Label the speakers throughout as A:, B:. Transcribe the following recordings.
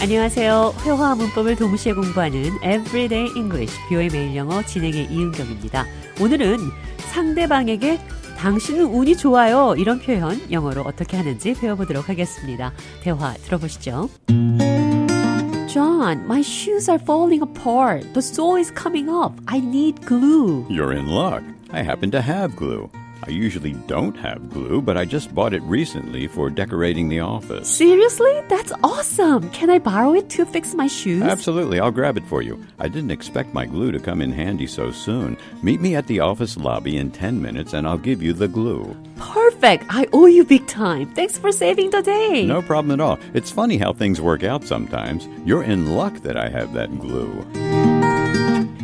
A: 안녕하세요. 회화와 문법을 동시에 공부하는 Everyday English 뷰의 매일 영어 진행의 이은경입니다. 오늘은 상대방에게 당신은 운이 좋아요 이런 표현 영어로 어떻게 하는지 배워보도록 하겠습니다. 대화 들어보시죠. John, my shoes are falling apart. The sole is coming up. I need glue.
B: You're in luck. I happen to have glue. I usually don't have glue, but I just bought it recently for decorating the office.
A: Seriously? That's awesome. Can I borrow it to fix my shoes?
B: Absolutely, I'll grab it for you. I didn't expect my glue to come in handy so soon. Meet me at the office lobby in 10 minutes and I'll give you the glue.
A: Perfect. I owe you big time. Thanks for saving the day.
B: No problem at all. It's funny how things work out sometimes. You're in luck that I have that glue.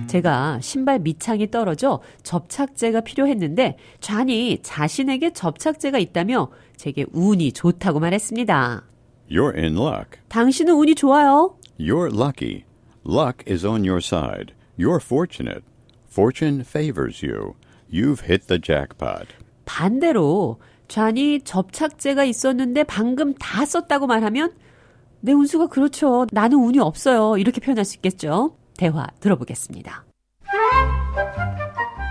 A: 제가 신발 밑창이 떨어져 접착제가 필요했는데 좌니 자신에게 접착제가 있다며 제게 운이 좋다고 말했습니다.
B: You're in luck.
A: 당신은 운이 좋아요.
B: You're lucky. Luck is on your side. You're fortunate. Fortune favors you. You've hit the jackpot.
A: 반대로 좌니 접착제가 있었는데 방금 다 썼다고 말하면 내 운수가 그렇죠. 나는 운이 없어요. 이렇게 표현할 수 있겠죠. 대화 들어보겠습니다.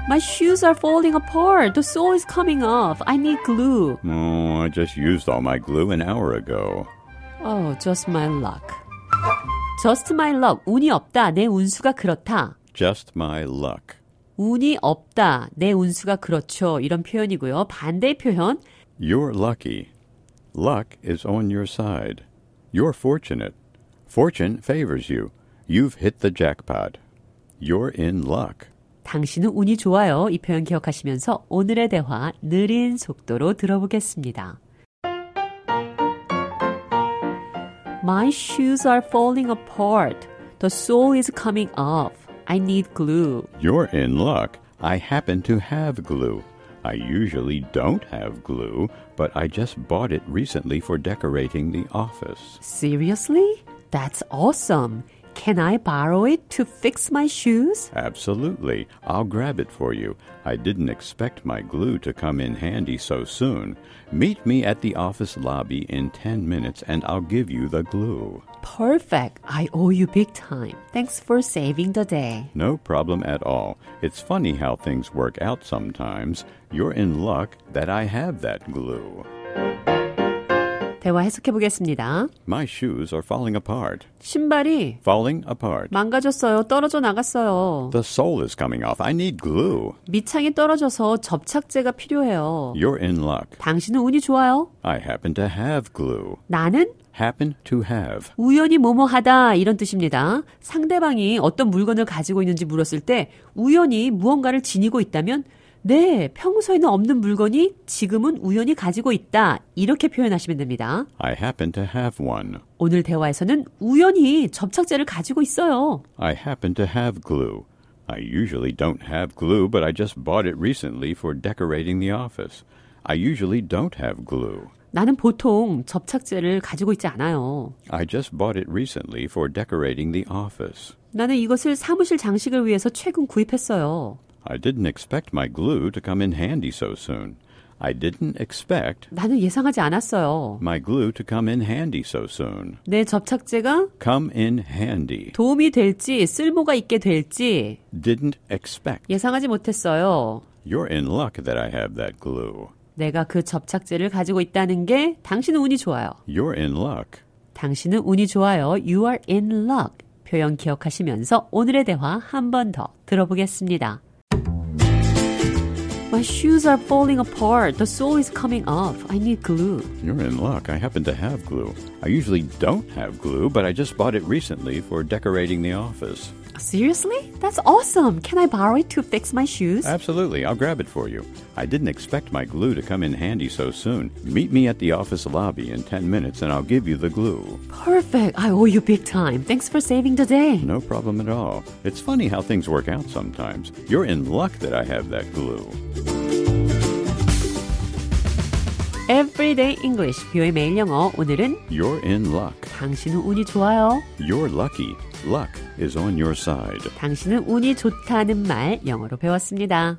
A: My shoes are falling apart. The sole is coming off. I need glue.
B: Oh, I just used all my glue an hour ago.
A: Oh, just my luck. Just my luck. 운이 없다. 내 운수가 그렇다.
B: Just my luck.
A: 운이 없다. 내 운수가 그렇죠. 이런 표현이고요. 반대 표현.
B: You're lucky. Luck is on your side. You're fortunate. Fortune favors you. You've hit the jackpot. You're in luck.
A: 당신은 운이 좋아요. 이 표현 기억하시면서 오늘의 대화 느린 속도로 들어보겠습니다. My shoes are falling apart. The sole is coming off. I need glue.
B: You're in luck. I happen to have glue. I usually don't have glue, but I just bought it recently for decorating the office.
A: Seriously? That's awesome. Can I borrow it to fix my shoes?
B: Absolutely. I'll grab it for you. I didn't expect my glue to come in handy so soon. Meet me at the office lobby in 10 minutes and I'll give you the glue.
A: Perfect. I owe you big time. Thanks for saving the day.
B: No problem at all. It's funny how things work out sometimes. You're in luck that I have that glue.
A: 대화 해석해 보겠습니다.
B: My shoes are falling apart.
A: 신발이
B: Falling apart.
A: 망가졌어요. 떨어져 나갔어요.
B: The sole is coming off. I need glue.
A: 밑창이 떨어져서 접착제가 필요해요.
B: You're in luck.
A: 당신은 운이 좋아요.
B: I happen to have glue.
A: 나는
B: Happen to have.
A: 우연히 뭐뭐하다 이런 뜻입니다. 상대방이 어떤 물건을 가지고 있는지 물었을 때 우연히 무언가를 지니고 있다면 네, 평소에는 없는 물건이 지금은 우연히 가지고 있다. 이렇게 표현하시면 됩니다.
B: I happen to have one.
A: 오늘 대화에서는 우연히 접착제를 가지고 있어요.
B: I happen to have glue. I usually don't have glue, but I just bought it recently for decorating the office. I usually don't have glue.
A: 나는 보통 접착제를 가지고 있지 않아요.
B: I just bought it recently for decorating the office.
A: 나는 이것을 사무실 장식을 위해서 최근 구입했어요.
B: I didn't expect my glue to come in handy so soon. I didn't expect
A: 나는 예상하지 않았어요.
B: my glue to come in handy so soon.
A: 내 접착제가
B: Come in handy.
A: 도움이 될지 쓸모가 있게 될지
B: Didn't expect.
A: 예상하지 못했어요.
B: You're in luck that I have that glue.
A: 내가 그 접착제를 가지고 있다는 게 당신은 운이 좋아요.
B: You're in luck.
A: 당신은 운이 좋아요. You are in luck. 표현 기억하시면서 오늘의 대화 한 번 더 들어보겠습니다. My shoes are falling apart. The sole is coming off. I need glue.
B: You're in luck. I happen to have glue. I usually don't have glue, but I just bought it recently for decorating the office.
A: Seriously? That's awesome. Can I borrow it to fix my shoes?
B: Absolutely. I'll grab it for you. I didn't expect my glue to come in handy so soon. Meet me at the office lobby in 10 minutes and I'll give you the glue.
A: Perfect. I owe you big time. Thanks for saving the day.
B: No problem at all. It's funny how things work out sometimes. You're in luck that I have that glue.
A: Everyday English. 뷰의 매일 영어. 오늘은
B: You're in luck.
A: 당신은 운이 좋아요.
B: You're lucky. Luck is on your side.
A: 당신은 운이 좋다는 말 영어로 배웠습니다.